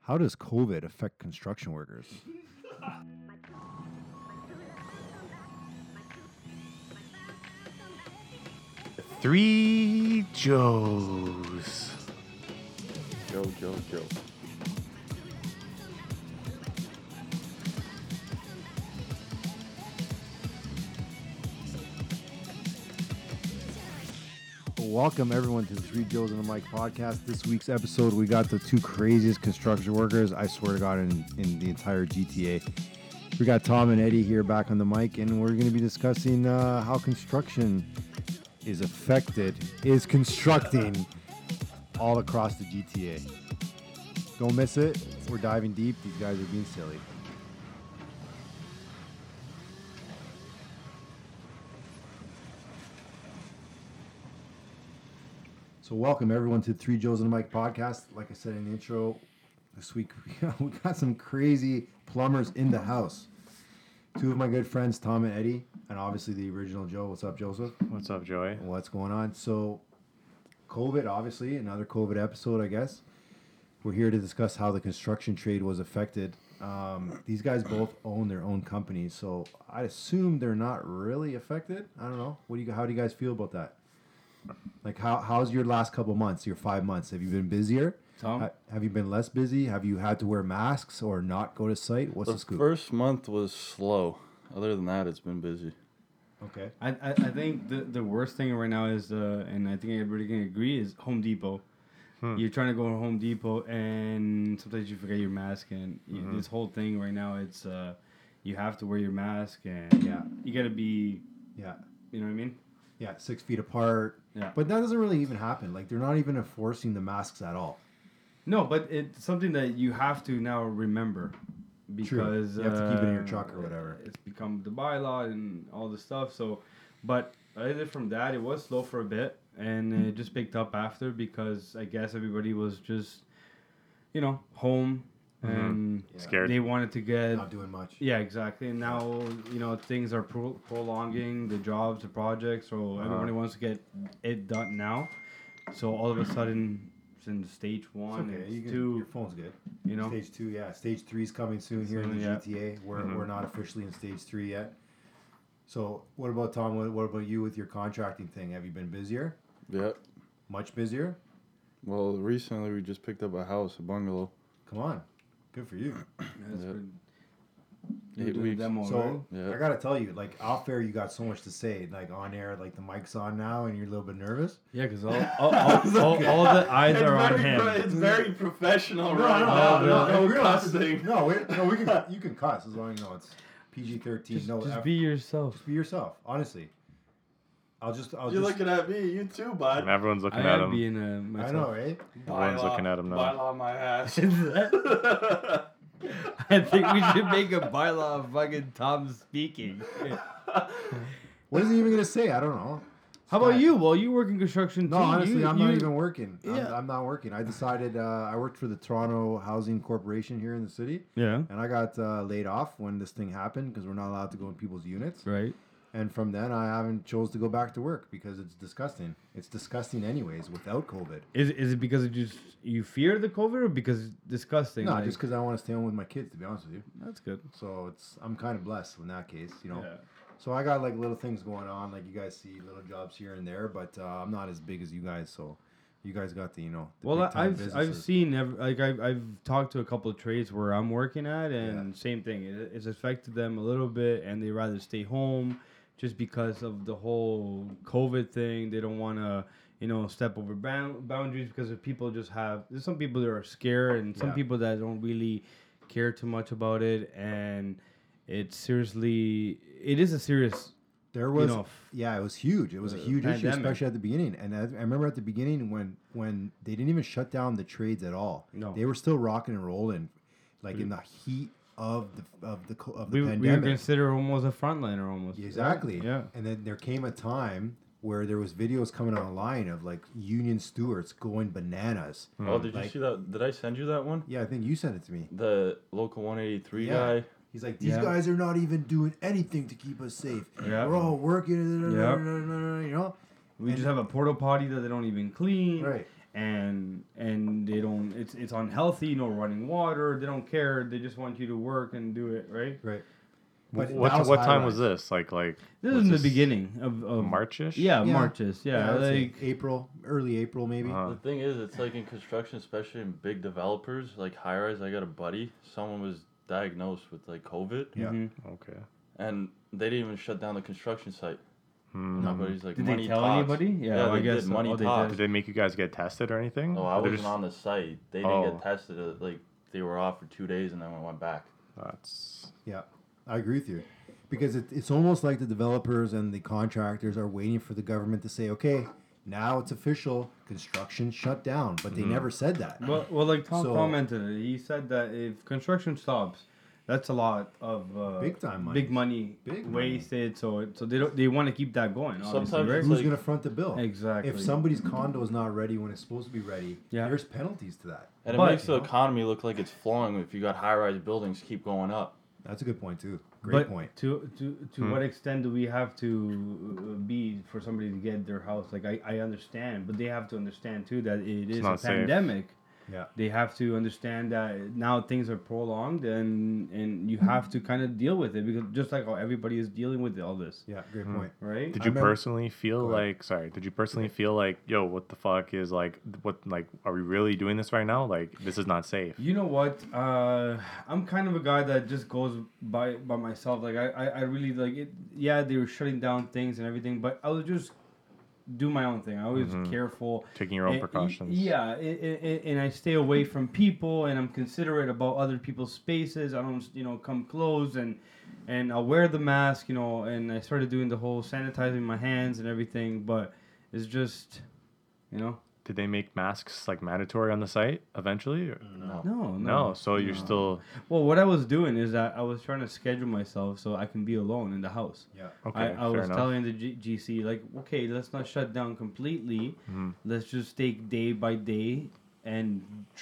How does COVID affect construction workers? Three Joes. Joe, Joe, Joe. Welcome everyone to the Three Joes and the Mike podcast. This week's episode, we got the two craziest construction workers. I swear to God, in, in the entire GTA, we got Tom and Eddie here back on the mic, and we're going to be discussing uh, how construction is affected, is constructing all across the GTA. Don't miss it. We're diving deep. These guys are being silly. So welcome everyone to the Three Joes and a Mike podcast. Like I said in the intro, this week we got, we got some crazy plumbers in the house. Two of my good friends, Tom and Eddie, and obviously the original Joe. What's up, Joseph? What's up, Joey? What's going on? So, COVID, obviously, another COVID episode, I guess. We're here to discuss how the construction trade was affected. Um, these guys both own their own companies, so I assume they're not really affected. I don't know. What do you? How do you guys feel about that? Like, how how's your last couple months? Your five months? Have you been busier? Tom? Ha- have you been less busy? Have you had to wear masks or not go to site? What's the, The scoop? first month was slow. Other than that, it's been busy. okay. I, I, I think the, the worst thing right now is, uh, and I think everybody can agree, is Home Depot. You're trying to go to Home Depot, and sometimes you forget your mask, and you, this whole thing right now, it's uh, you have to wear your mask, and Yeah. you gotta be, Yeah. you know what I mean? Yeah, six feet apart. Yeah. But that doesn't really even happen. Like they're not even enforcing the masks at all. No, but it's something that you have to now remember because You have to keep it in your uh, truck or whatever. It's become the bylaw and all this stuff. So, but other from that, it was slow for a bit, and it just picked up after because I guess everybody was just, you know, home and Yeah. Scared. they wanted to get Mm-hmm. Not doing much. yeah, exactly. And now you know things are pro- prolonging the jobs, the projects, so everybody wants to get it done now. So all of a sudden, since stage It's one, okay. it's You can, your two, phone's good. you know, Stage two, yeah. Stage three is coming soon Mm-hmm. here in the Yeah. GTA. We're, we're not officially in stage three yet. So what about Tom? What, what about you with your contracting thing? Have you been busier? Yep. Much busier? Well, recently we just picked up a house, a bungalow. Come on. Good for you. that's Yeah. been- Eight you did a weeks. demo, right? So Yeah. I gotta tell you, like off air, you got so much to say. Like on air, like the mic's on now, and you're a little bit nervous. yeah, because all, all, all, all, all the eyes are on him. it's very professional no, no, no, Oh, we don't have to- No, we, no, we can. You can cuss as long as you know it's PG thirteen. Just, No, just F- be yourself. be yourself. Honestly, I'll just. I'll just. at me. You too, And bud. everyone's looking I at am him. being a I know, myself. right? Everyone's looking at him now. on my ass. I think we should make a bylaw of fucking Tom speaking. What is he even gonna say? I don't know. How Scott. about you? Well, you work in construction No, too. honestly, You- I'm you- not even working. I'm, Yeah. I'm not working. I decided. Uh, I worked for the Toronto Housing Corporation here in the city, Yeah. and I got uh, laid off when this thing happened because we're not allowed to go in people's units. Right. And from then, I haven't chose to go back to work because it's disgusting. It's disgusting, anyways, without COVID. Is, is it because you just you fear the COVID or because it's disgusting? No, like- just because I want to stay home with my kids, to be honest with you. that's good. So it's I'm kind of blessed in that case, you know. So I got like little things going on, like you guys see little jobs here and there, but uh, I'm not as big as you guys. So you guys got the you know. The Well, I- big-time I've I've businesses. seen ev- like I've, I've talked to a couple of trades where I'm working at, and same thing. It, it's affected them a little bit, and they rather stay home just because of the whole COVID thing. They don't want to. You know, step over bound- boundaries because if people just have there's some people that are scared and some Yeah. people that don't really care too much about it and it's seriously it is a serious there was know, f- yeah, it was huge. It was a huge issue, pandemic. especially at the beginning. And I, I remember at the beginning when when they didn't even shut down the trades at all. No. they were still rocking and rolling, like in the heat of the of the co- of the we, we were pandemic. considered almost a frontliner almost Exactly. yeah And then there came a time where there was videos coming online of like union stewards going bananas. Oh, did you Like- see that? Did I send you that one? Yeah, I think you sent it to me. The local 183 Yeah. guy. He's like, these Yeah. guys are not even doing anything to keep us safe. Yeah. We're all working, Yeah. you know. We just have a porta potty that they don't even clean. Right. and and they don't. It's it's unhealthy. No running water. They don't care. They just want you to work and do it right. Right. But What, that what, was what time was high-rise. this? Like like This was is in the beginning of, of Marchish. Yeah, Yeah. Marches. Yeah, I would say like April, early April maybe. Uh-huh. The thing is, it's like in construction, especially in big developers, like high rise. I got a buddy. Someone was diagnosed with like COVID, Yeah. Mhm. Okay. and they didn't even shut down the construction site. Hmm. My buddy's like, Um, Did they money tell talks." anybody? Yeah, Yeah, well, I they guess did. so. Money Oh, they talks. Did they make you guys get tested or anything? No, I Or they're wasn't just- on the site. They didn't Oh. get tested. uh, Like they were off for two days, and then went back. That's Yeah, I agree with you. Because it, it's almost like the developers and the contractors are waiting for the government to say, okay, now it's official, construction shut down. But Mm-hmm. they never said that. Well, well, like Tom So- commented, he said that if construction stops, that's a lot of uh, Big time money. big money, Big money. wasted. So it- so they don't they want to keep that going. Obviously, Sometimes right? it's Who's like- going to front the bill? Exactly. If somebody's condo is not ready when it's supposed to be ready, Yeah. there's penalties to that. And it But- makes the economy look like it's flowing if you got high rise buildings keep going up. That's a good point, too. Great but point. to to to what extent do we have to uh, be for somebody to get their house? Like I, I understand, but they have to understand too that it is a not safe. pandemic. Yeah. They have to understand that now things are prolonged, and and you have to kind of deal with it because just like how everybody is dealing with all this, Yeah, great point. right? Did I you remember- personally feel Go ahead. like sorry? Did you personally feel like yo, what the fuck is like what like are we really doing this right now? Like this is not safe. You know what? Uh, I'm kind of a guy that just goes by by myself. Like I, I, I really like it. Yeah, they were shutting down things and everything, but I was just do my own thing. I was careful. Taking your own And- precautions. Eh, Yeah, and, and- and I stay away from people, and I'm considerate about other people's spaces. I don't, you know, come close, and and I'll wear the mask, you know. And I started doing the whole sanitizing my hands and everything, but it's just, you know, Did they make masks like mandatory on the site eventually? or- no, No. so you're still Well, what I was doing is that I was trying to schedule myself so I can be alone in the house. Yeah. okay. I, I fair was enough. telling the G- GC like, okay, let's not shut down completely. Mm-hmm. Let's just take day by day and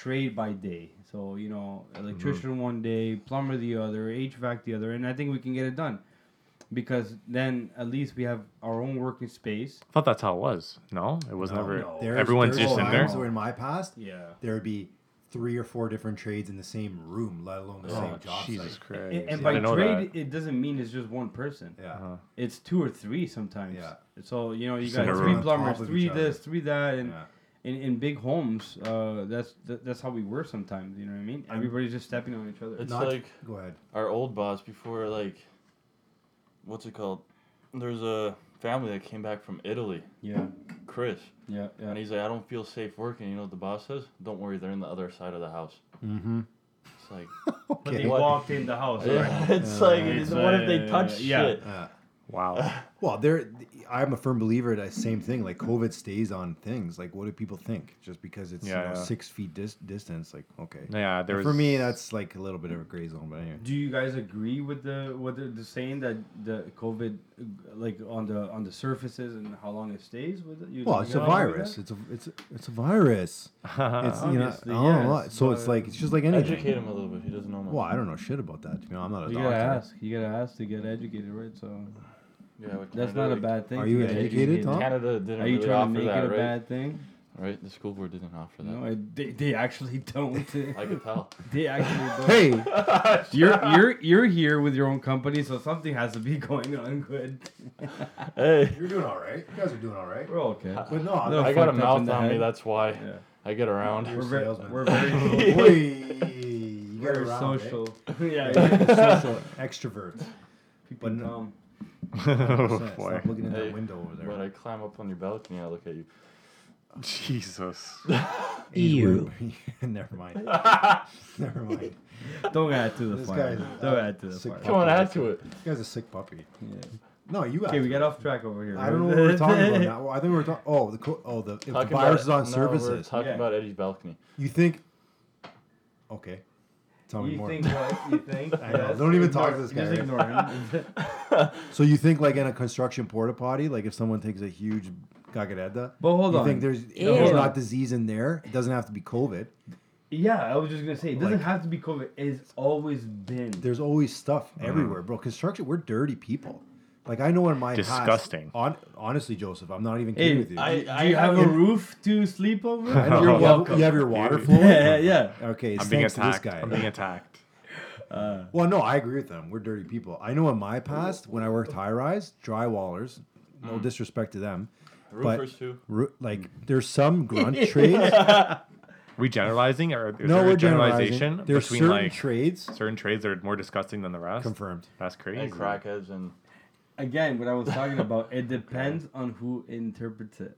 trade by day. So you know, Mm-hmm. electrician one day, plumber the other, HVAC the other, and I think we can get it done because then at least we have our own working space. I thought that's how it was. No, it was never. no. There's- Everyone's there's just in times there. Where in my past, Yeah. there would be three or four different trades in the same room, let alone the same Oh, job Jesus site. Christ! And, and I by didn't know trade, it doesn't mean it's just one person. Yeah. Uh-huh. It's two or three sometimes. Yeah. So you know, you Just got in a three room. On plumbers, top of three each other. this, three that, and Yeah. in, in big homes, uh, that's that, that's how we were sometimes. You know what I mean? Everybody's just stepping on each other. It's Not- like Go ahead. our old boss before, like, what's it called? There's a family that came back from Italy, Yeah, Chris, yeah, yeah. and he's like, I don't feel safe working. You know what the boss says? Don't worry, they're in the other side of the house. Mm-hmm. It's like, But they Okay. What? walked in the house. right? it's like, It's what if they like- touch yeah. shit? Yeah. Wow. Well, there, I'm a firm believer that same thing. Like COVID stays on things. Like, what do people think just because it's you Yeah, know, yeah. six feet dis- distance? Like, okay, yeah, there was for me that's like a little bit of a gray zone. But anyway, Do you guys agree with the with the, the saying that the COVID, uh, like on the on the surfaces and how long it stays with it? You, well, you it's guys a agree with virus. that? It's a it's a, it's a virus. Oh, It's you know, I Uh, Obviously, don't know. yes, So it's but- like it's just like Educate anything. him a little bit. He doesn't know much. Well, I don't know shit about that. You know, I'm not a You gotta doctor. ask. You gotta ask to get educated, right? So Yeah, with that's Canada, not a like, bad thing. Are to you get educated, Tom? Canada didn't Are you really trying offer to make that, it a right? bad thing? Right? The school board didn't offer that. No, I, they, they actually don't. I could tell. they actually don't. Hey, you're you're you're here with your own company, so something has to be going on good. hey, you're doing all right. You guys are doing all right. We're okay. But no, No, I got a fucked up in mouth the on me. head. That's why I get around. You're We're a very, salesman. we're very social. Boy, you get We're around, eh? social. yeah, social extrovert. people But no- dumb. oh Stop boy, looking in Hey, that window over there. When I climb up on your balcony, I look at you. Jesus. You. Never mind. Never mind. Don't add to the This fire. guy's, Don't uh, add to the sick fire. fuck. Come on, add to it. This guy's a sick puppy. Yeah. No, you. Okay, we asked. got off track over here. I don't know what we're talking about now. Well, I think we we're talking. Oh, the co- oh the, if the Talking virus about, is on no, We're surfaces. talking Yeah. about Eddie's balcony. you think? Okay. Tell me You more. think what? You think? I know, Yes, don't even talk ignore- to this guy, Just right? ignore him. so you think like in a construction porta potty, like if someone takes a huge cagaretta, But hold you on. think there's Ew. there's not disease in there? It doesn't have to be COVID. yeah, I was just gonna say it doesn't Like- have to be COVID. It's always been. There's always stuff everywhere, bro. Construction, we're dirty people. Like I know in my Disgusting. Past, hon- honestly, Joseph, I'm not even kidding Hey, with you. I- I, do you have a roof to sleep over? I know you You're have- welcome. You have your water Dude. flowing. yeah, yeah. Okay, it's I'm being thanks to this attacked. guy. I'm being attacked. Uh, Well, no, I agree with them. We're dirty people. I know in my past, when I worked high rise, drywallers, no Mm. disrespect to them, Roofers too. ru- like Mm. there's some grunt trades. We generalizing or is no, there we're a generalization generalizing. There's between certain like trades. certain trades that are more disgusting than the rest? Confirmed. That's crazy. And crackheads and again, what I was talking about, it depends on who interprets it.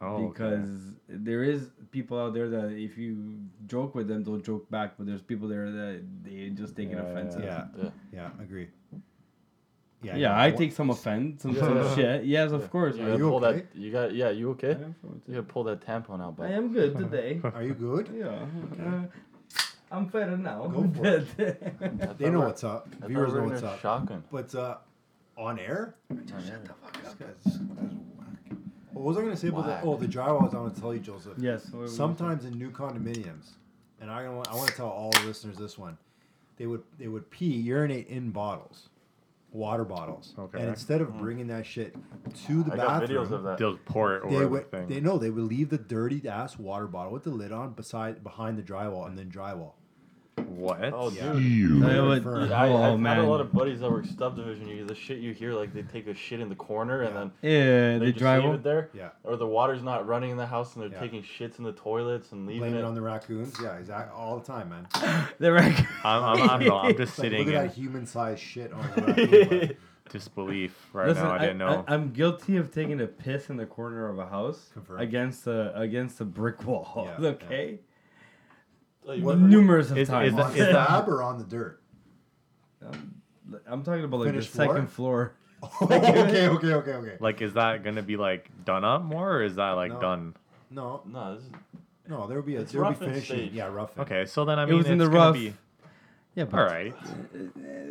Oh, because there is people out there that if you joke with them, they'll joke back. But there's people there that they just take Yeah, an offense. at. Yeah, yeah. yeah, agree. yeah. know. I take some offense, some, Yeah. some shit. Yes, of course. You Are gotta you I, pull okay? that. You got. Yeah, you okay? am fine with You it. gotta pull that tampon out, I bud. am good today. Are you good? yeah, uh, I'm better now. Go for I thought They know we're- what's up. I thought Viewers we were know in what's a up. Shotgun. But uh, on air, Shut the fuck This guy's- this guy's whack. What was I going to say about that? Oh, Whack. the drywall. I was going to tell you, Joseph. yes. what were we Sometimes in new condominiums, and I want I want to tell all the listeners this one, they would they would pee urinate in bottles, water bottles. Okay. And instead of bringing that shit to the Hmm. I got bathroom, videos of that. they'll pour it they over the would thing. they know they would leave the dirty ass water bottle with the lid on beside behind the drywall and then drywall. what? Oh, Yeah. dude. saying? They I would- prefer- Dude, oh I, I've man. had a lot of buddies that work subdivision. You the shit you hear, like they take a shit in the corner and then yeah, they the just leave drywall. it there. Yeah. Or the water's not running in the house and they're Yeah. taking shits in the toilets and leaving Blame it. it on the raccoons. Yeah, exactly. All the time, man. The rec- I'm, I'm, I'm, no, I'm It's just like, sitting look at in that human sized shit on the raccoon. bud. disbelief right Listen, now. I, didn't know. I, am guilty of taking a piss in the corner of a house Confirmed. against a against a brick wall. Yeah, yeah. okay. Oh, you What- remember- Numerous of Is- is times. that- on is that- slab or on the dirt? I'm talking about like the Finished floor? second floor. okay, okay, okay, okay. like, is that gonna be like done up more, or is that like No. done? No, No, this is, No, there would be a It's there would be rough and finishing. safe. Yeah, rough. and- Okay, so then I It mean, was in it's the gonna rough. be Yeah, all right.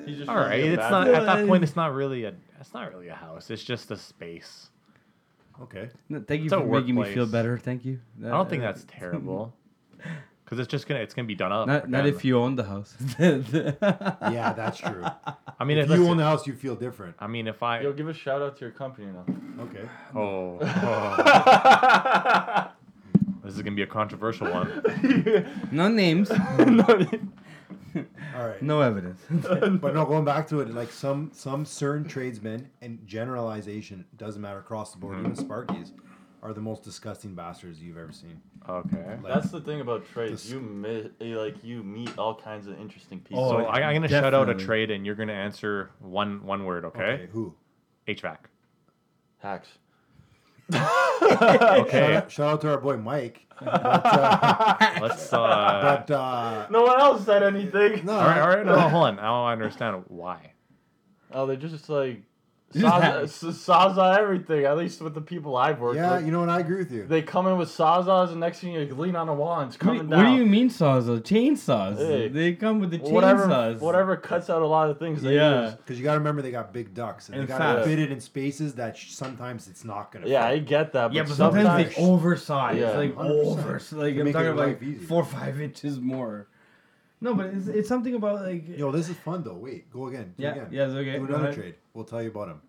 he's just All trying to right. get It's back not at at that point. It's not really a. It's not really a house. It's just a space. Okay. No, thank you It's a for making me feel workplace. better. Thank you. I don't think that's terrible. Because it's just gonna. It's gonna be done up. Uh, Not, not again. if you own the house. yeah. Yeah, that's true. I mean, if if you own the house, you feel different. I mean, if I. Yo, give a shout out to your company Okay. Oh, oh, now. this is gonna be a controversial one. No names, All right. no evidence. But no, going back to it, like some some certain tradesmen and generalization doesn't matter across the board. Even Sparkies are the most disgusting bastards you've ever seen. Okay. Like, That's the thing about This- trades. You mi- like you meet all kinds of interesting people. So Oh, I, I'm gonna shout out a definitely. trade, and you're gonna answer one one word. Okay. Who? HVAC. hacks. Okay. Shout out, shout out to our boy Mike. But, uh, Let's. Uh, but uh, No one else said anything. no. all right. All right. No, hold on. I don't understand why. Oh, they're just like Just saws- hacks. s- saws on everything. At least with the people I've worked Yeah, with. you know what? I agree with you. They come in with sawzaws, and next thing you lean on a wall, and it's what, do- coming what do down. you mean saws? though? Chainsaws. Hey. They come with the chainsaws. Whatever, whatever cuts out a lot of things. They Yeah. Use. Because you got to remember they got big ducks and, And they got fat. fitted in spaces that sh- sometimes it's not gonna. Yeah, fit. I get that. But Yeah, but sometimes, sometimes, they oversize. Yeah, like 100%. over. Like To I'm make talking your about life like easier. four or five inches more. No, but it's, it's something about like. Yo, this is fun though. Wait, go again. Do Yeah, again. yeah, it's okay. Do Go another ahead. trade. We'll tell you about him.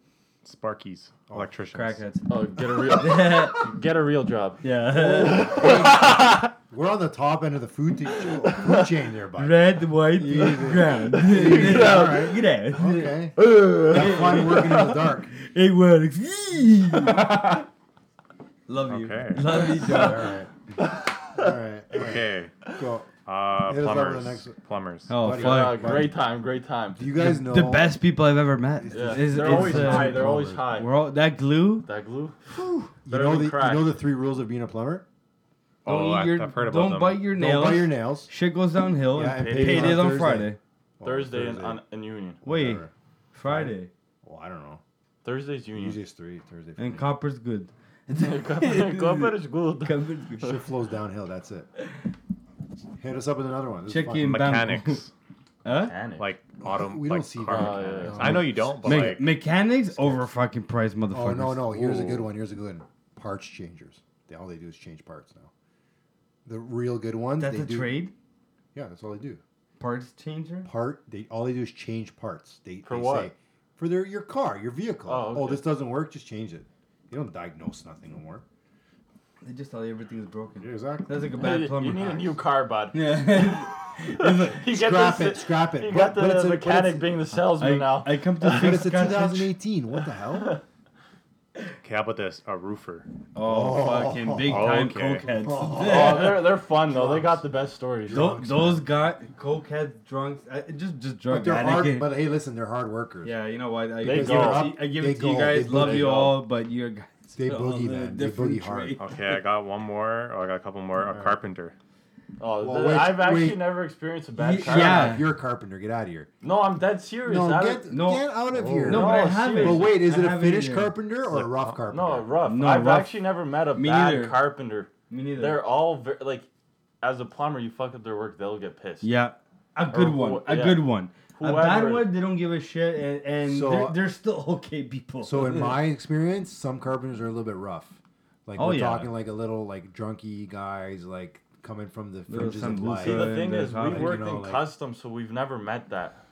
Sparkies. Electricians. Crackheads. Oh, get a real, get a real job. yeah. We're on the top end of the food, t- food chain there, buddy. Red, white, green, ground. Get out. Get out. Okay. That's fun working in the dark. It works. Love you. Okay. Love you, All John. right. All right. All right. Okay. Go. Uh, Hit us up with the plumbers. next one. Plumbers. Oh, Buddy. Uh, fuck. great time, great time. Do you guys know The best people I've ever met. Yeah, It's- they're it's, always uh, high. They're always Robert. high. We're all, that glue. That glue. You better know than the crack. you know the three rules of being a plumber. Don't Oh, eat I, your. I've heard about don't them. bite your nails. Don't bite your nails. Shit goes downhill. Yeah, and and paydays paydays on, on Friday. Well, Thursday in, on, in Union. Wait, Whatever. Friday. Well, I don't know. Thursday's Union. Usually it's three. Thursday. for And me. copper's good. Copper's good. Copper's good. Shit flows downhill. That's it. Hit us up with another one. This is fun. Chicken Mechanics. Huh? like auto. We like don't see car that. Oh, yeah, mechanics. yeah. I know you don't, but Me- like mechanics over fucking price, motherfuckers. Oh no no! Here's a good Ooh. one. Here's a good one. Parts changers. They all they do is change parts now. The real good ones. That's they a do, trade. Yeah, that's all they do. Parts changer. Part. They all they do is change parts. They For they what? say for their your car, your vehicle. Oh, okay. this doesn't work. Just change it. You don't diagnose nothing no more. They just tell you everything is broken. Yeah, exactly. That's like a bad plumber. you need a hack. new car, bud. Yeah. You get Scrap the- it, scrap it. You But- got but the it's a- but it's- mechanic being the salesman now. I come to But fix it's a God's shit. 2018. What the hell? Okay, how about this? A roofer. Oh, fucking big time Okay. coke heads. Oh, they're, they're fun though. They got the best stories. Those, those got coke heads, drunks, I, just just But drunk they're hard. addict. But hey, listen, they're hard workers. Yeah, you know what? I, They I give go. it to, I give They it to you go. guys. They Love boogie. you all, but you guys. They are boogie, on a man. They different boogie hard. train. Okay, I got one more. Or I got a couple more. A carpenter. Oh, Well, th- wait, I've actually wait. never experienced a bad Ye- car. yeah. If you're a carpenter, get out of here. No, I'm dead serious. No, I get, don't- no. get out of here. No, but I No, haven't. but wait, is I it a haven't finished either. carpenter or a uh, rough carpenter? no, rough. No, I've rough. actually never met a Me bad neither. carpenter. Me neither. They're all ver- like, as a plumber, you fuck up their work, they'll get pissed. Yeah, a good who- one. A yeah. good one. A bad Whoever- one, they don't give a shit, and, and So- they're, they're still okay people. So in my experience, some carpenters are a little bit rough. Like Oh, we're yeah. talking like a little like drunky guys like coming from the Little fringes of Sambuca. life. See, the Uh, thing and is, that's we how- you worked know, in like- custom, so we've never met that.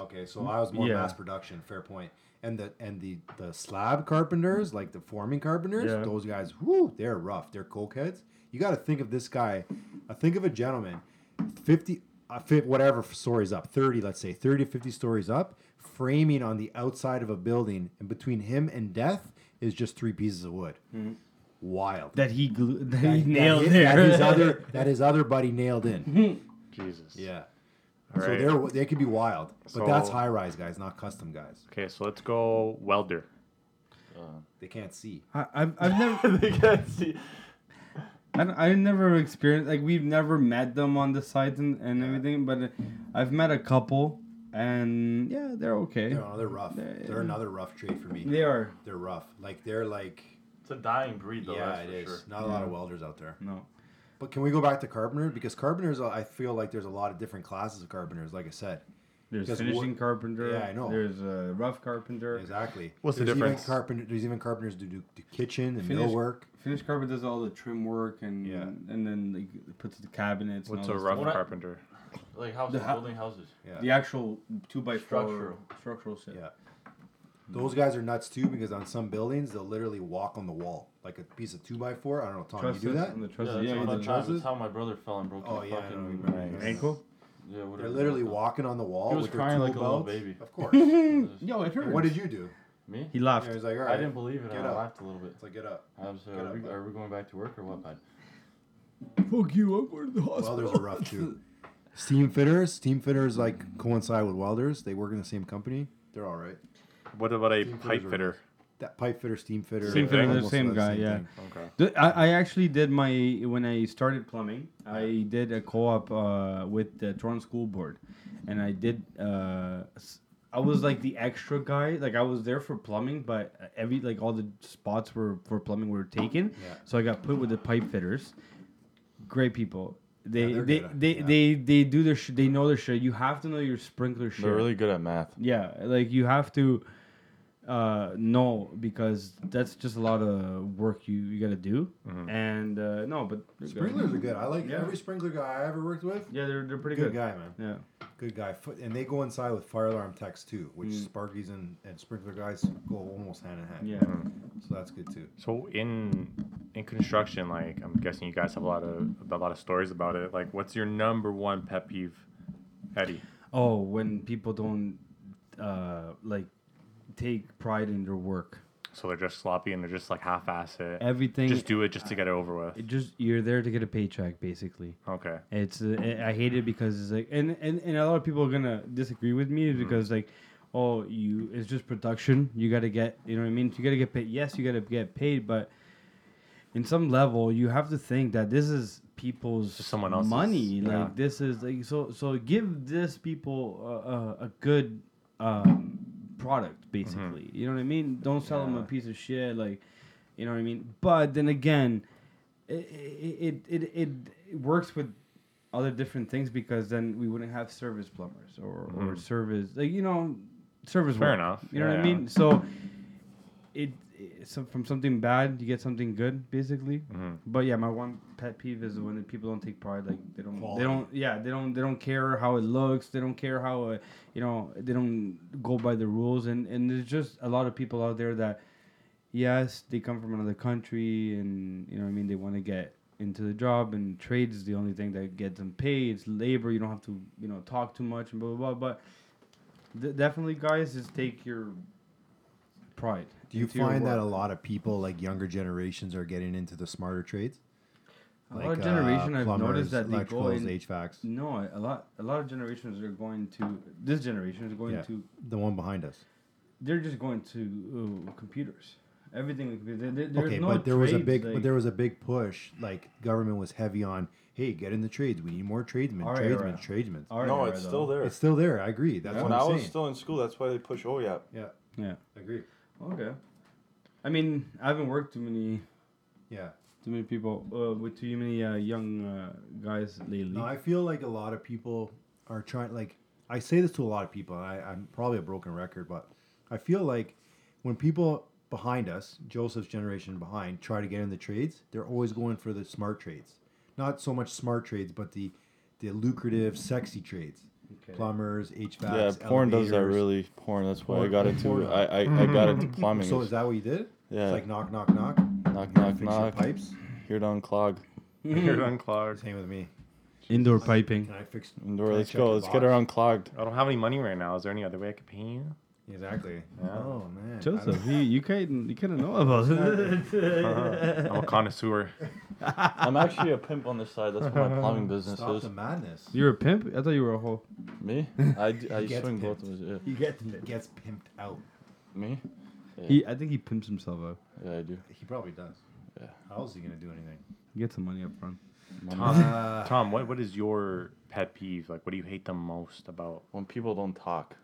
Okay, so I was more Yeah. mass production, fair point. And the and the the slab carpenters, like the forming carpenters, Yeah. those guys, whoo, they're rough. They're coke heads. You got to think of this guy. I think of a gentleman, fifty, uh, fi whatever stories up, thirty, let's say thirty to fifty stories up, framing on the outside of a building, and between him and death is just three pieces of wood. Wild. Mm-hmm. that he glue, that, That- he that nailed hit- there. That his other that his other buddy nailed in. Jesus. Yeah. All So right. they're they could be wild, but that's So- high rise guys, not custom guys. Okay, so let's go welder. They can't see. I, I've, I've never, They can't see. I don't- I've never experienced like we've never met them on the site and, and everything, but I've met a couple, and yeah, they're okay. No, they're rough. They're, another rough trade for me. They are They're rough. Like they're like It's a dying breed, though. yeah, that's it for sure. is. Not a lot of welders out there. no. But can we go back to carpenter? Because carpenters, I feel like there's a lot of different classes of carpenters. Like I said, There's Because finishing what- carpenter. Yeah, I know. There's a rough carpenter. exactly. What's the There's difference? Even carpenter, there's even carpenters do do, do kitchen and Finish- mill work. Finish carpenter does all the trim work and Yeah. and then like, puts the cabinets. What's and a all this rough stuff. What I- carpenter? Like houses, The ha- building houses. Yeah. The actual two by Structural. structural structural shit. Yeah. Those guys are nuts too because on some buildings they'll literally walk on the wall like a piece of two by four. I don't know, Tom. Trusses you do that? and the Yeah, trusses. that's, Yeah, all you the do. tru- time. houses? that's how my brother fell and broke Oh his yeah, I fucking don't remember. Nice. ankle. Yeah, whatever. They're literally walking on the wall He was with their crying tool like a little belts. baby. Of course. And Yo, it hurts. what did you do? Me? He laughed. Yeah, he's like, all right. I didn't believe it. Get and I up. laughed a little bit. It's like get up. I was, uh, Get are, up, we, bud. are we going back to work or what, bud? Fuck you. I'm going to the hospital. Welders are rough too. Steam fitters, steam fitters like coincide with welders. They work in the same company. They're all right. What about a Steam fitters pipe are fitter? That pipe fitter, steam fitter, Steam fitter, they're the almost same the guy, yeah. thing. Okay. Th- I, I actually did my when I started plumbing. I did a co-op uh, with the Toronto School Board, and I did. Uh, s- I was like the extra guy. Like I was there for plumbing, but every like all the spots were for plumbing were taken. Yeah. So I got put with the pipe fitters. Great people. They they're they, good, they, yeah. they they do their sh- they know their shit. You have to know your sprinkler shit. They're really good at math. Yeah, like you have to uh know because that's just a lot of work you you gotta do. Mm-hmm. And uh no, but they're good. Sprinklers are good. I like Yeah. every sprinkler guy I ever worked with. Yeah, they're they're pretty Good, good. guy, man. Yeah, Good guy. Fo- And they go inside with fire alarm techs too, which Sparkies and, and sprinkler guys go almost hand in Mm-hmm. hand. yeah. So that's good too. So in in construction, like I'm guessing you guys have a lot of a lot of stories about it. Like, what's your number one pet peeve, Eddie? Oh, when people don't uh like take pride in their work, So they're just sloppy and they're just like half-ass it. everything. just do it just to get it over with. it just you're there to get a paycheck, basically. Okay. It's uh, I- I hate it because it's like and, and and a lot of people are gonna disagree with me Mm-hmm. because like oh you it's just production you gotta get you know what I mean you gotta get paid yes you gotta get paid but in some level you have to think that this is people's Just someone else's, money yeah. like this is like so so give this people a, a, a good um, product basically Mm-hmm. you know what I mean don't sell them a piece of shit like you know what I mean but then again it it, it, it works with other different things because then we wouldn't have service plumbers or, or service like you know service Mm-hmm. Fair work, enough. you know Yeah, what i yeah. mean so it eh, some, from something bad you get something good basically. Mhm. But yeah, my one pet peeve is when the people don't take pride. Like they don't, Quality. they don't, yeah, they don't, they don't care how it looks. They don't care how, it, you know, they don't go by the rules. And and there's just a lot of people out there that, yes, they come from another country, and you know, what I mean, they want to get into the job, and trades is the only thing that gets them paid. It's labor. You don't have to, you know, talk too much and blah blah blah. But d- definitely, guys, just take your pride. Do you into your find that work. a lot of people, like younger generations, are getting into the smarter trades? A lot of generation, I've noticed that they go uh, electricals, in, HVACs. No, a lot a lot of generations are going to this generation is going Yeah. to The one behind us. they're just going to uh, computers. Everything with computer- there- there's Okay, no but there was a trades, big, like- but there was a big push. Like government was heavy on, hey, get in the trades. We need more tradesmen, Our tradesmen, era. tradesmen. our no, era, it's though. still there. It's still there. I agree. That's when what I I'm was saying. still in school, that's why they push OYAP. yeah, Yeah. I agree. Okay. I mean, I haven't worked too many Yeah. too many people uh, with too many uh, young uh, guys lately. No, I feel like a lot of people are trying. Like I say this to a lot of people, and I, I'm probably a broken record, but I feel like when people behind us, Joseph's generation behind, try to get in the trades, they're always going for the smart trades. Not so much smart trades, but the the lucrative, sexy trades. Okay. Plumbers, HVACs. Yeah, porn does that elevators. really. Porn. That's why I Porn- got porn. into. I, I I got into plumbing. So is that what you did? Yeah. It's like knock, knock, knock. knock knock Fix your knock. pipes. Here down clog. You're unclogged. Same with me. Indoor piping. Can I fix? Indoor. can I Let's check go. your Let's get box? her unclogged. I don't have any money right now. Is there any other way I could pay you? Exactly. Yeah. Oh man. I don't- Joseph, you you kind you kind of know about it. I'm a connoisseur. I'm actually a pimp on this side. That's what my plumbing business Stop is. the madness. You're a pimp? I thought you were a hoe. Me? I, d- I gets swing pimped. both of us. He gets gets pimped out. Yeah. Me? He, I think he pimps himself out. Yeah, I do. He probably does. Yeah. How else is he gonna do anything? Uh, Get some money up front. Tom, Tom, what, what is your pet peeve? Like, what do you hate the most about? When people don't talk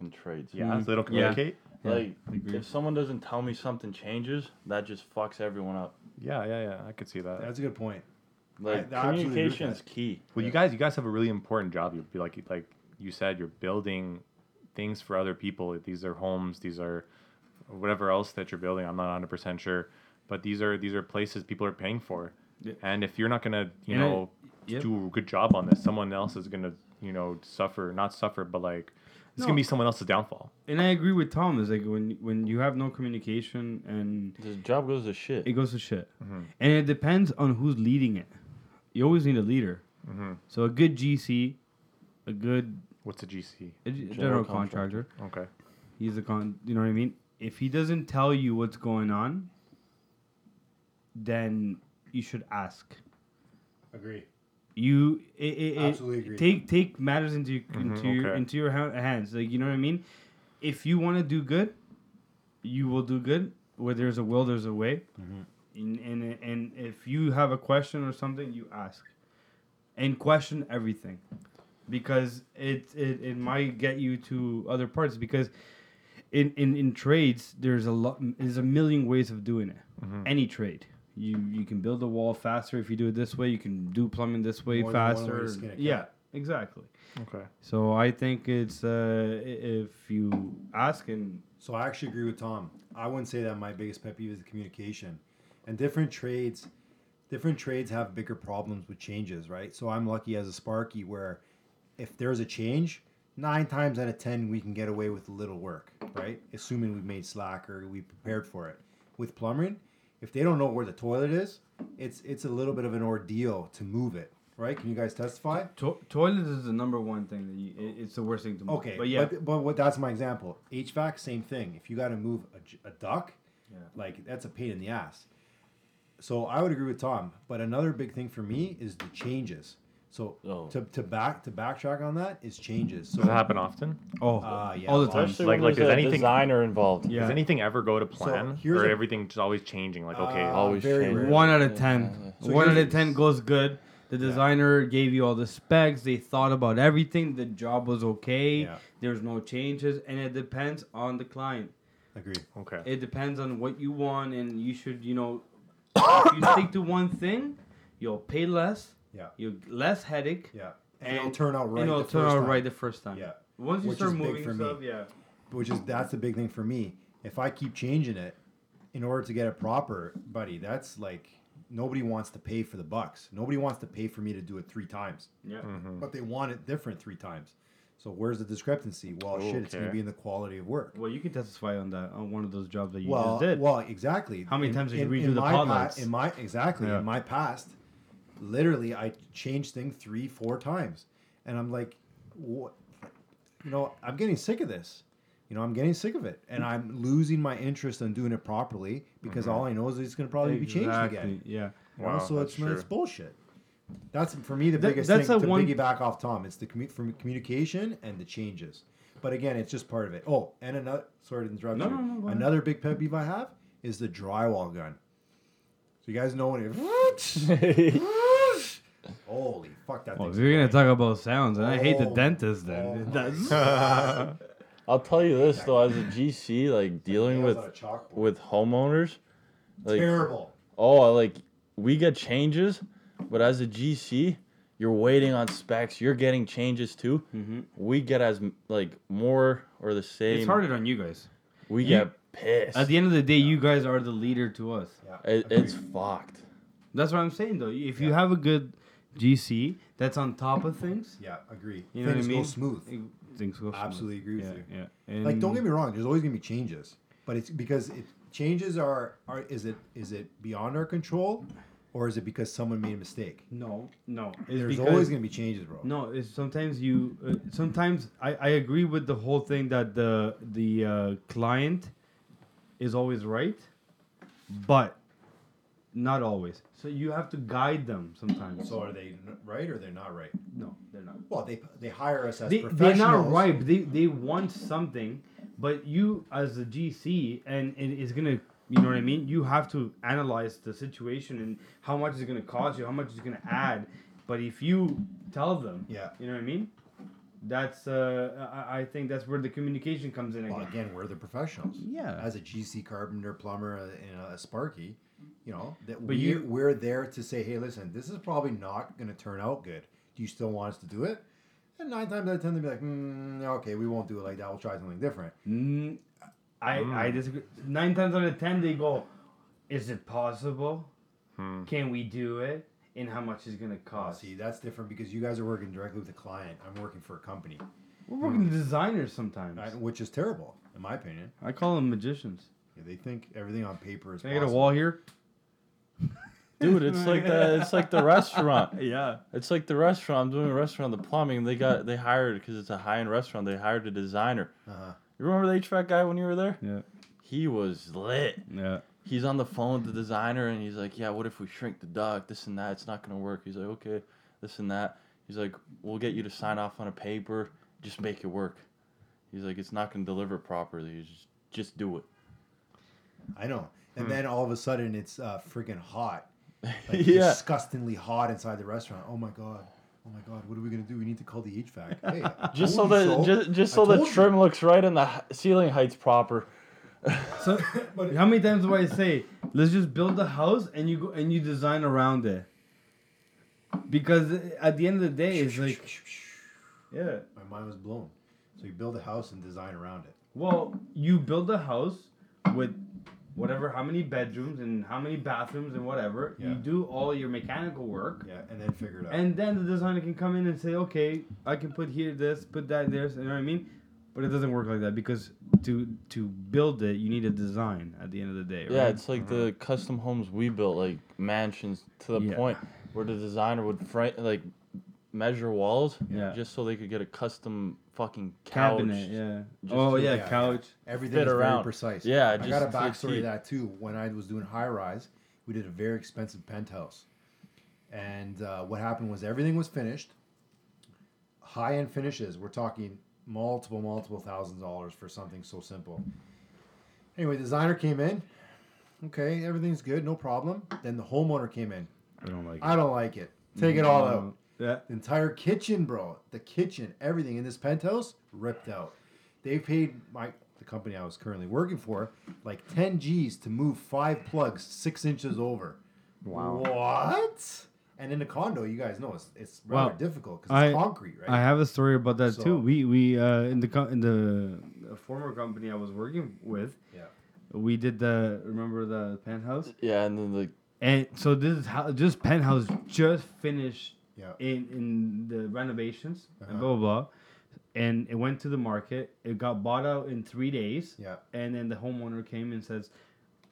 in trades. Yeah, so they don't Yeah. communicate. Yeah, Like, agree. if someone doesn't tell me something changes, that just fucks everyone up. Yeah, yeah, yeah. I could see that. That's a good point. Like, I absolutely agree with communication is key. Well, you guys, you guys have a really important job. You like like you said, you're building things for other people. These are homes. These are whatever else that you're building. I'm not 100 percent sure, but these are these are places people are paying for. Yeah. And if you're not gonna, you And I- know, yep. do a good job on this, someone else is gonna, you know, suffer. Not suffer, but like it's No. gonna be someone else's downfall. And I agree with Tom. Is like when when you have no communication and This job goes to shit. it goes to shit. Mm-hmm. And it depends on who's leading it. You always need a leader. Mm-hmm. So a good GC, a good What's a GC? a g- general, General contractor. contractor. Okay. He's a con. You know what I mean? If he doesn't tell you what's going on, then you should ask. Agree. you it, it, Absolutely it- agree. take take matters into your into your okay. into your ha- hands like you know what i mean if you want to do good you will do good where there's a will there's a way and, and and if you have a question or something you ask and question everything because it it, it might get you to other parts because in, in, in trades there's a lot there's a million ways of doing it any trade you you can build a wall faster if you do it this way you can do plumbing this way More than one way to faster skin a cat. yeah exactly Okay. so i think it's uh, i- if you ask and So I actually agree with Tom. I wouldn't say that my biggest pet peeve is the communication, and different trades, different trades have bigger problems with changes, right? So I'm lucky as a Sparky where, if there's a change, nine times out of ten we can get away with little work, right? Assuming we've made slack or we prepared for it. With plumbing, if they don't know where the toilet is, it's it's a little bit of an ordeal to move it, right? Can you guys testify? to- toilet is the number one thing that you, it, it's the worst thing to move. Okay, but yeah but, but what that's my example. HVAC, same thing. If you got to move a, j- a duck, Yeah. like that's a pain in the ass. So I would agree with Tom. But another big thing for me is the changes. So Oh. to, to back to backtrack on that is changes. So Does that happen often? oh Ah, yeah, all the time Especially Like- when like, there's is a anything- designer involved. Yeah. Does anything ever go to plan, here's or a- everything's always changing? Like, okay, oh, Uh, Always very change. rare. One out of Yeah, ten. yeah. One So out of here's- ten goes good. The designer gave you all the specs. They thought about everything. The job was okay. Yeah. There's no changes, and it depends on the client. agree. okay. It depends on what you want, and you should, you know, if you stick to one thing, you'll pay less. Yeah. You less headache. Yeah, and, it'll turn out right. And it'll the turn first out time. right the first time. Yeah. Once you Which start is big moving for me. stuff, yeah. which is that's the big thing for me. If I keep changing it, in order to get it proper, buddy, that's like nobody wants to pay for the bucks. Nobody wants to pay for me to do it three times, Yeah. but they want it different three times. So where's the discrepancy? Well, shit, it's going to Okay. be in the quality of work. Well, you can testify on that on one of those jobs that you well, just did. well, exactly. How many times did you redo the my potlucks? in my exactly Yeah. in my past, literally, I changed things three, four times, and I'm like, what? You know, I'm getting sick of this. You know, I'm getting sick of it, and I'm losing my interest in doing it properly because Mm-hmm. all I know is it's going to probably be changed again. Yeah. You know, Wow, so that's it's, it's true. bullshit. That's for me the That- biggest that's thing the to one- piggyback off Tom. It's the commu- from communication and the changes. But again, it's just part of it. Oh, and another sorry to interrupt No, you. no, no, go ahead. another big pet peeve I have is the drywall gun. So you guys know when it. Holy fuck that Well, thing! if you're gonna talk about sounds, and I hate the Oh. dentist. Then Oh. That's- I'll tell you this though, as a GC, like dealing with with homeowners, like terrible. oh, like we get changes, but as a GC, you're waiting on specs. You're getting changes too. Mm-hmm. We get as m- like more or the same. it's harder on you guys. We You- get pissed. At the end of the day, you guys are the leader to us. Yeah. it, it's fucked. That's what I'm saying though. If you have a good GC that's on top of things, yeah, agree. you know Things what I mean. go smooth. It- Things go smooth. Absolutely agree with yeah, you. Yeah. Like, And- don't get me wrong. There's always gonna be changes, but it's because it, changes are are is it is it beyond our control, or is it because someone made a mistake? No, no. It's There's because- always gonna be changes, bro. No, it's sometimes you. Uh, sometimes I, I agree with the whole thing that the the uh, client is always right, but not always. So you have to guide them sometimes. So are they n- right or they're not right? no, they're not. Well, they they hire us as They, they're professionals. not right. But they they want something, but you as a GC and it is gonna. You know what I mean? You have to analyze the situation and how much it's gonna cost you, how much it's gonna add. But if you tell them, Yeah. you know what I mean? That's uh, I, I think that's where the communication comes in Well, again. again, we're the professionals. Yeah. As a GC carpenter, plumber, uh, and a Sparky, you know that we But you- we're there to say, hey, listen, this is probably not going to turn out good. Do you still want us to do it? And nine times out of ten, they'll be like, mm, okay, we won't do it like that. We'll try something different. Mm, I I disagree. Nine times out of ten, they go, "Is it possible? Can we do it? And how much is it gonna cost?" Oh, See, that's different because you guys are working directly with the client. I'm working for a company, We're working designers sometimes. right, which is terrible, in my opinion. I call them magicians. Yeah, they think everything on paper is. Can I get a possible. wall here? Dude, it's like the it's like the restaurant. Yeah. It's like the restaurant. I'm doing a restaurant, the plumbing. They got they hired because it's a high end restaurant. They hired a designer. Uh-huh. You remember the HVAC guy when you were there? Yeah. He was lit. Yeah. He's on the phone with the designer and he's like, "Yeah, what if we shrink the duct? This and that. It's not gonna work." He's like, "Okay, this and that." He's like, "We'll get you to sign off on a paper. Just make it work." He's like, "It's not gonna deliver properly. You Just just do it." I know. And Hmm. then all of a sudden, it's uh, freaking hot. Like, Yeah. Disgustingly hot inside the restaurant. Oh my god. Oh my god. What are we gonna do? We need to call the HVAC. Hey, I Just so told the you just, just I so the told you. trim looks right and the h- ceiling height's proper. So, how many times do I say, "Let's just build the house and you go and you design around it"? Because at the end of the day, it's like, yeah. My mind was blown. So you build a house and design around it. Well, you build a house with whatever, how many bedrooms and how many bathrooms and whatever. You Yeah. do all your mechanical work. Yeah, and then figure it out. And then the designer can come in and say, okay, I can put here this, put that there. You know what I mean? But it doesn't work like that because to to build it, you need a design at the end of the day, right? Mm-hmm. Yeah, it's like the custom homes we built, like mansions to the Yeah. point where the designer would fra- like measure walls Yeah. just so they could get a custom fucking couch. cabinet. Yeah. Just Oh to- yeah, yeah, couch. Everything fit is around. very precise. Yeah, I just got a to backstory keep- to that too. When I was doing high rise, we did a very expensive penthouse, and uh, what happened was everything was finished. High end finishes. We're talking multiple, multiple thousands of dollars for something so simple. Anyway, designer came in. Okay, everything's good, no problem. Then the homeowner came in. I don't like I don't like it. Take it all Mm-hmm. out. Yeah. The entire kitchen, bro. The kitchen, everything in this penthouse ripped out. They paid my the company I was currently working for like 10 G's to move five plugs six inches over. Wow. What? And in a condo, you guys know it's it's rather Wow. difficult because it's I- concrete, right? I have a story about that So- too. We we uh, in the co- in the former company I was working with, yeah. We did the remember the penthouse, Yeah, and then like and so this is how this penthouse just finished Yeah. in in the renovations Uh-huh. and blah blah blah, and it went to the market. It got bought out in three days, Yeah. and then the homeowner came and says,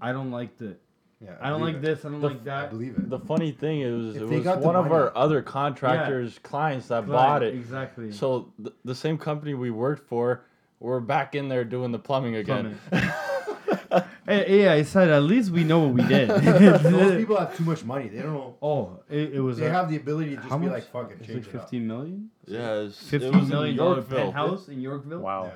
"I don't like the, Yeah. I don't believe like it. this, I don't The like I that." believe it. the funny thing is, If it they was got the one of money. our other contractors' clients that bought it. exactly. So th- the same company we worked for, we're back in there doing the plumbing again. Hey, Eh, yeah, I said at least we know what we did. Those people have too much money. They don't know. oh, it, it was. They a- have the ability to just how be much? like, fuck it, It's change it like up. fifteen million. yeah, it was, it Fifteen was million in dollar Yorkville. penthouse in Yorkville. Wow. Yeah.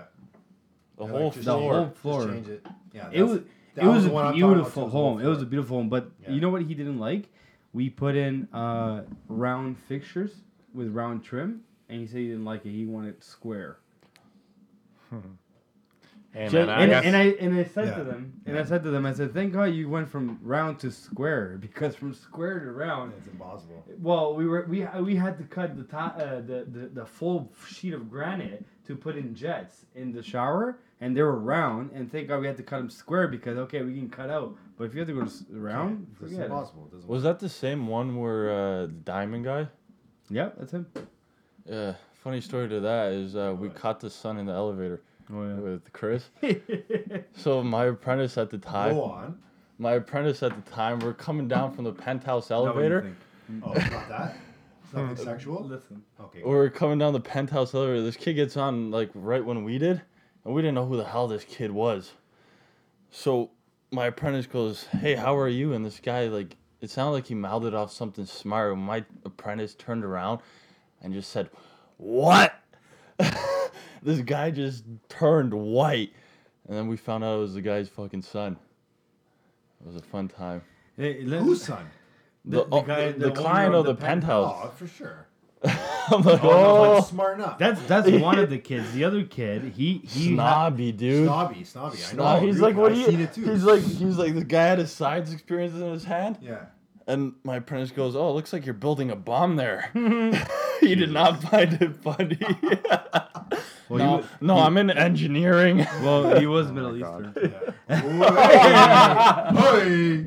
The They're whole like, just the change floor. whole just floor. change it. Yeah, It that's- was that it was, the one a I'm talking about, beautiful too, the whole home. It was a floor. beautiful home, but Yeah. you know what he didn't like? We put in uh, round fixtures with round trim, and he said he didn't like it. He wanted square. Hey, Jay- man, I and, guess- and I and I said Yeah. to them, and I said to them, I said, "Thank God you went from round to square because from square to round, It's impossible. well, we were we we had to cut the top uh, the, the the full sheet of granite to put in jets in the shower, and they were round. And thank God we had to cut them square because okay, we can cut out, but if you have to go to s- round, It's forget it. impossible. It doesn't Was that the same one where uh, Diamond guy? Yeah, that's him. Yeah. Funny story to that is uh, we caught the son in the elevator Oh with Chris. yeah. So my apprentice at the time, Go on. my apprentice at the time, we're coming down from the penthouse elevator. Oh, it's not that. It's Hmm. nothing sexual. Listen, Okay. We were coming down the penthouse elevator. This kid gets on like right when we did, and we didn't know who the hell this kid was. So my apprentice goes, "Hey, how are you?" And this guy like it sounded like he mouthed off something smart. And my apprentice turned around and just said, "What?" this guy just turned white, and then we found out it was the guy's fucking son. It was a fun time. hey, let- Whose son? The, oh, the guy- the, the client owner of the, penthouse. Oh, for sure. I'm like, Oh, no, oh, like, smarten up. That's that's one of the kids. The other kid, he he. snobby dude. snobby, snobby. I know. No, he's like, what i do seen you? it too. He's like, he's like, the guy had his sides experiences in his hand, yeah. and my apprentice goes, "Oh, looks like you're building a bomb there." he did not find it funny. Well, no, he, wa- no, I'm in engineering. well, he was Middle God. Eastern. yeah. Hey!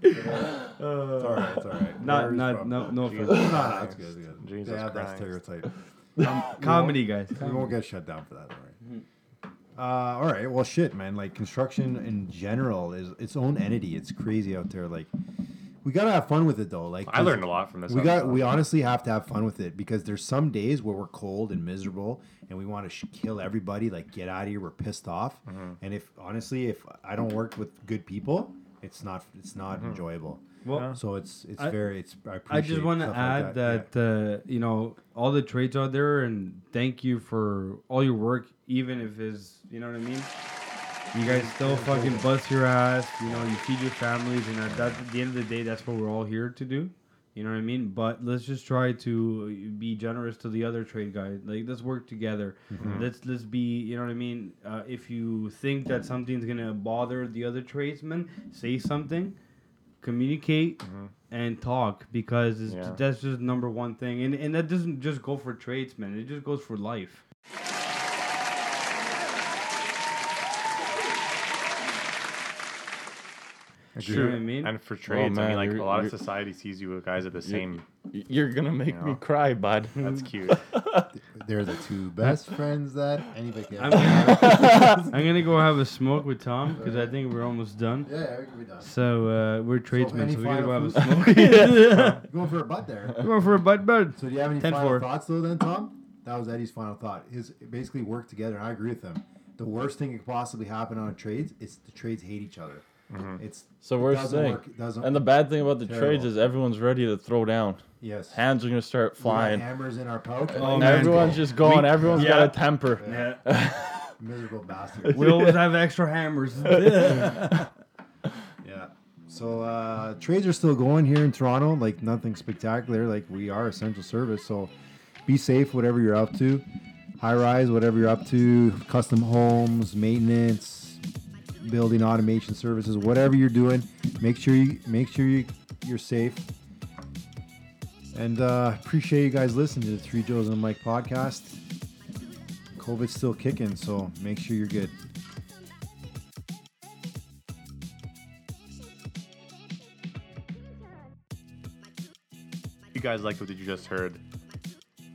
It's all right. It's all right. Not Where he's not from. no no Jesus. offense. No, no, it's good. It's good. Jesus they have that Christ. stereotype. Comedy guys. We won't get shut down for that. All right. Uh, all right. Well, shit, man. Like construction in general is its own entity. It's crazy out there. Like, we gotta have fun with it though. Like, I learned a lot from this. We got. episode. We honestly have to have fun with it because there's some days where we're cold and miserable and we want to sh- kill everybody. Like, get out of here. We're pissed off. Mm-hmm. And if honestly, if I don't work with good people, it's not. It's not Mm-hmm. enjoyable. Well, Uh-huh. So it's it's I- very. It's. I, I just appreciate want to stuff like add Yeah. that, uh, you know all the trades out there, and thank you for all your work, even if it's you know what I mean. You guys still fucking bust your ass, you know. You feed your families, and at, that, at the end of the day, that's what we're all here to do. You know what I mean? But let's just try to be generous to the other trade guy. Like let's work together. Mm-hmm. Let's let's be. You know what I mean? Uh, if you think that something's gonna bother the other tradesman, say something, communicate, and talk because it's, Mm-hmm. Yeah. that's just number one thing. And and that doesn't just go for tradesmen. It just goes for life. Agree. Sure, I mean- and for trades, Oh, man, I mean, like you're- a lot of you're- society sees you guys at the same. You're gonna make Yeah. me cry, bud. That's cute. They're the two best friends that anybody can. I'm, I'm gonna go have a smoke with Tom because I think we're almost done. yeah, we can be done. So uh, we're tradesmen, any so, we gotta go have final a Uh, smoke. Going for a butt there. Going for a butt bud. So do you have any 10 final four. thoughts though then, Tom? That was Eddie's final thought. Is basically work together, and I agree with him. The worst thing that could possibly happen on a trades is the trades hate each other. Mm-hmm. It's So it we're doesn't saying, work, it doesn't and the bad thing about the Terrible. trades is everyone's ready to throw down. yes We got Hands are gonna start flying. hammers in our pouch. Oh, man. Everyone's just going. We- Everyone's Yeah. got a temper. miserable bastard. We always have extra hammers. Yeah. So uh, trades are still going here in Toronto. Like nothing spectacular. Like we are essential service. So be safe, whatever you're up to. High rise, whatever you're up to. Custom homes, maintenance, building automation services, whatever you're doing. Make sure you make sure you you're safe. And uh, appreciate you guys listening to the Three Joes and a Mike podcast. COVID's still kicking, so make sure you're good. guys liked what you just heard,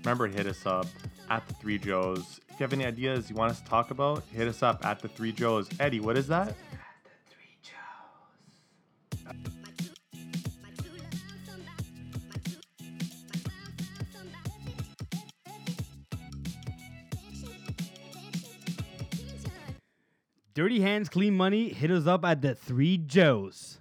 remember to hit us up at the Three Joes. If you have any ideas you want us to talk about, hit us up at the Three Joes. Eddie, what is that? Dirty Hands Clean Money, hit us up at the Three Joes.